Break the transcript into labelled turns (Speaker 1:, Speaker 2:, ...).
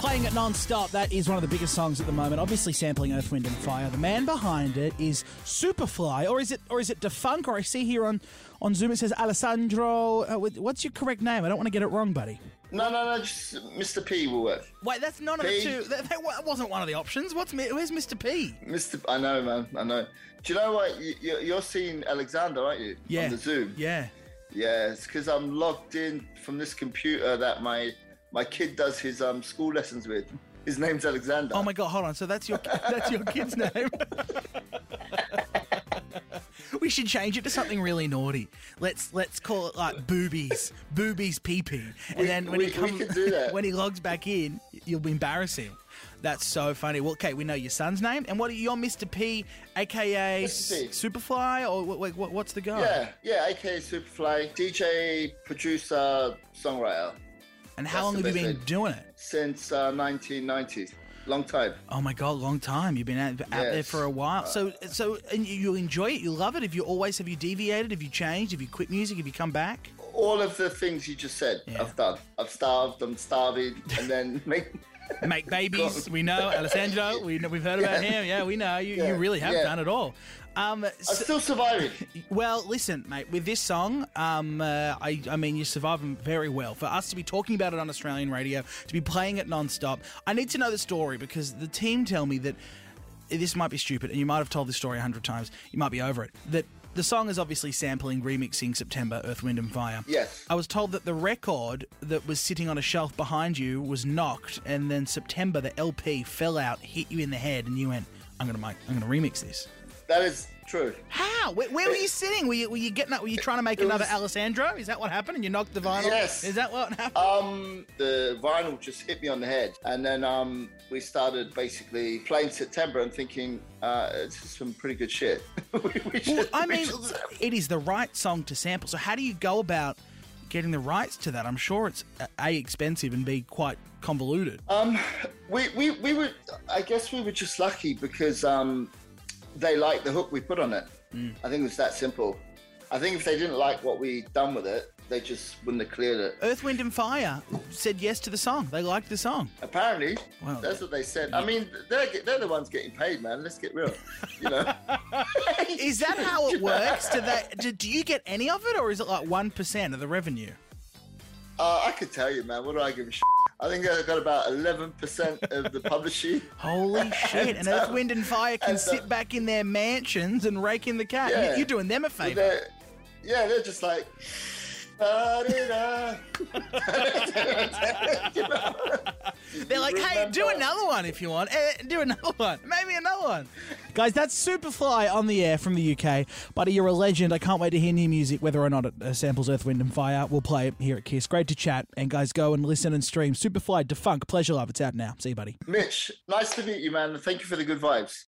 Speaker 1: Playing it non-stop, that is one of the biggest songs at the moment. Obviously sampling Earth, Wind and Fire. The man behind it is Superfly, or is it or is it Defunk? Or I see here on, on Zoom it says Alessandro. Uh, with- what's your correct name? I don't want to get it wrong, buddy.
Speaker 2: No, no, no, just Mr. P will work.
Speaker 3: Wait, that's none of the
Speaker 2: P.
Speaker 3: two. That, that wa- wasn't one of the options. What's Mi- where's Mr. P?
Speaker 2: Mr. I know, man. I know. Do you know what? You, you- you're seeing Alexander, aren't you?
Speaker 3: Yeah.
Speaker 2: On the Zoom.
Speaker 3: Yeah.
Speaker 2: Yeah, it's because I'm logged in from this computer that my my kid does his um school lessons with. His name's Alexander.
Speaker 3: Oh my god, hold on. So that's your that's your kid's name. we should change it to something really naughty. Let's let's call it like boobies, boobies pee pee, and
Speaker 2: We-
Speaker 3: then when he
Speaker 2: we- we
Speaker 3: comes
Speaker 2: can do that.
Speaker 3: when he logs back in, you'll be embarrassing. That's so funny. Well, okay, we know your son's name, and what are your Mr. P, aka
Speaker 2: Mr. P.
Speaker 3: Superfly, or what, what, what's the guy?
Speaker 2: Yeah, yeah. AKA Superfly, DJ, producer, songwriter
Speaker 3: And how long
Speaker 2: That's the
Speaker 3: have you
Speaker 2: best
Speaker 3: been
Speaker 2: name.
Speaker 3: doing it?
Speaker 2: since uh, 1990. Long time.
Speaker 3: Oh my god, long time. You've been out, out there
Speaker 2: Yes. Uh,
Speaker 3: for a while. So, so and you, you enjoy it. You love it. Have you always have you deviated? Have you changed? Have you quit music? Have you come back?
Speaker 2: All of the things you just said,
Speaker 3: Yeah.
Speaker 2: I've done. I've starved. I'm starving, and then make.
Speaker 3: Make babies. we know Alessandro. We know, we've heard about him. Yeah, we know. You, you
Speaker 2: Yeah,
Speaker 3: really have
Speaker 2: yeah.
Speaker 3: done it all. Um,
Speaker 2: I'm
Speaker 3: so-
Speaker 2: still surviving.
Speaker 3: well, listen, mate. With this song, um, uh, I, I mean, you're surviving very well. For us to be talking about it on Australian radio, to be playing it non-stop, I need to know the story because the team tell me that this might be stupid, and you might have told this story a hundred times. You might be over it. That the song is obviously sampling, remixing September, Earth, Wind, and Fire.
Speaker 2: Yes.
Speaker 3: I was told that the record that was sitting on a shelf behind you was knocked, and then September, the LP fell out, hit you in the head, and you went, "I'm gonna make, I'm gonna remix this."
Speaker 2: That is true.
Speaker 3: How? Where, where were you sitting? Were you, were you getting up? Were you trying to make
Speaker 2: It
Speaker 3: another
Speaker 2: was-
Speaker 3: Alessandro? Is that what happened? And you knocked the vinyl?
Speaker 2: Yes.
Speaker 3: Is that what happened?
Speaker 2: Um, the vinyl just hit me on the head, and then um, we started basically playing September and thinking, uh, this is some pretty good shit. we, we
Speaker 3: well,
Speaker 2: should-
Speaker 3: I
Speaker 2: we
Speaker 3: mean,
Speaker 2: should-
Speaker 3: it is the right song to sample. So how do you go about getting the rights to that? I'm sure it's uh, a expensive and b quite convoluted.
Speaker 2: um, we, we we were, I guess we were just lucky because um, they liked the hook we put on it.
Speaker 3: Hmm.
Speaker 2: I think it was that simple. I think if they didn't like what we done with it, they just wouldn't have cleared it.
Speaker 3: Earth, Wind, and Fire said yes to the song. They liked the song.
Speaker 2: Apparently,
Speaker 3: Wow.
Speaker 2: that's what they said. I mean, they're they're the ones getting paid, man. Let's get real, you know.
Speaker 3: Is that how it works? Do they? Do, do you get any of it, or is it like one percent of the revenue?
Speaker 2: Uh, I could tell you, man. What do I give a shit? I think I got about eleven percent of the publishing.
Speaker 3: Holy shit! And Earth, Wind, and Fire can
Speaker 2: and, uh,
Speaker 3: sit back in their mansions and rake in the cash.
Speaker 2: Yeah.
Speaker 3: You're doing them a
Speaker 2: But
Speaker 3: favor.
Speaker 2: they're, yeah, they're just like. "Da-di-da." You know?
Speaker 3: They're like, hey, do
Speaker 2: Remember-
Speaker 3: another one if you want. Eh, do another one. Maybe another one.
Speaker 1: Guys, that's Superfly on the air from the UK. Buddy, you're a legend. I can't wait to hear new music, whether or not it uh, samples Earth, Wind, and Fire. We'll play it here at Kiss. Great to chat. And guys, go and listen and stream. Superfly, Defunk, Pleasure Love. It's out now. See you, buddy.
Speaker 2: Mitch, nice to meet you, man. Thank you for the good vibes.